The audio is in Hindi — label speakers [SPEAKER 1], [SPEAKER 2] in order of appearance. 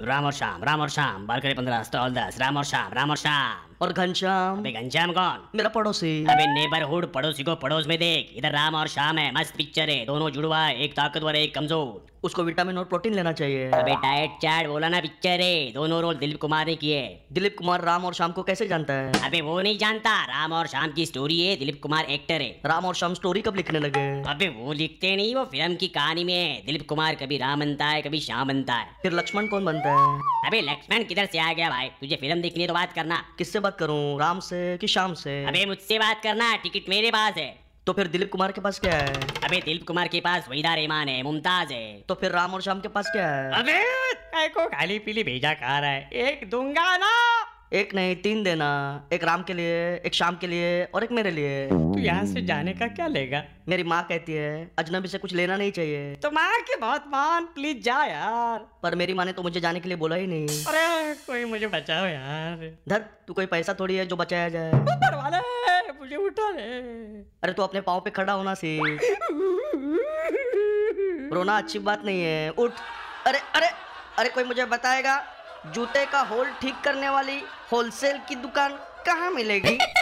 [SPEAKER 1] राम और शाम राम और शाम बाल करे पंद्रह स्टॉल दस राम और शाम राम और शाम
[SPEAKER 2] और घनश्याम
[SPEAKER 1] अबे घनश्याम कौन
[SPEAKER 2] मेरा पड़ोसी
[SPEAKER 1] अबे नेबरहुड पड़ोसी को पड़ोस में देख इधर राम और शाम है मस्त पिक्चर है दोनों जुड़वा है, एक ताकतवर है, एक कमजोर
[SPEAKER 2] उसको विटामिन और प्रोटीन लेना चाहिए
[SPEAKER 1] अबे डाइट चार्ट बोला ना पिक्चर है दोनों रोल दिलीप कुमार ने किए
[SPEAKER 2] दिलीप कुमार राम और शाम को कैसे जानता है
[SPEAKER 1] अबे वो नहीं जानता राम और शाम की स्टोरी है दिलीप कुमार एक्टर है
[SPEAKER 2] राम और शाम स्टोरी कब लिखने लगे
[SPEAKER 1] अबे वो लिखते नहीं वो फिल्म की कहानी में है दिलीप कुमार कभी राम बनता है कभी श्याम बनता है
[SPEAKER 2] फिर लक्ष्मण कौन बनता है
[SPEAKER 1] अबे लक्ष्मण किधर से आ गया भाई तुझे फिल्म देखनी है तो बात करना
[SPEAKER 2] किससे बात करूं राम से कि शाम से
[SPEAKER 1] अबे मुझसे बात करना टिकट मेरे पास है
[SPEAKER 2] तो फिर दिलीप कुमार के पास क्या है
[SPEAKER 1] अबे दिलीप कुमार के पास वहीदा रहमान है मुमताज है
[SPEAKER 2] तो फिर राम और शाम के पास क्या है
[SPEAKER 1] अबे काय को खाली पीली भेजा खा रहा है एक दूंगा ना
[SPEAKER 2] एक नहीं तीन देना एक राम के लिए एक शाम के लिए और एक मेरे लिए
[SPEAKER 3] तू यहाँ से जाने का क्या लेगा
[SPEAKER 2] मेरी माँ कहती है अजनबी से कुछ लेना नहीं चाहिए
[SPEAKER 3] तो माँ की बहुत मान प्लीज जा यार
[SPEAKER 2] पर मेरी माँ ने तो मुझे जाने के लिए बोला ही नहीं
[SPEAKER 3] अरे कोई मुझे बचाओ यार
[SPEAKER 2] धर तू कोई पैसा थोड़ी है जो बचाया जाए
[SPEAKER 3] ऊपर वाले मुझे उठा ले
[SPEAKER 2] अरे तू अपने पाँव पे खड़ा होना सीख रोना अच्छी बात नहीं है उठ अरे अरे अरे कोई मुझे बताएगा जूते का होल ठीक करने वाली होलसेल की दुकान कहाँ मिलेगी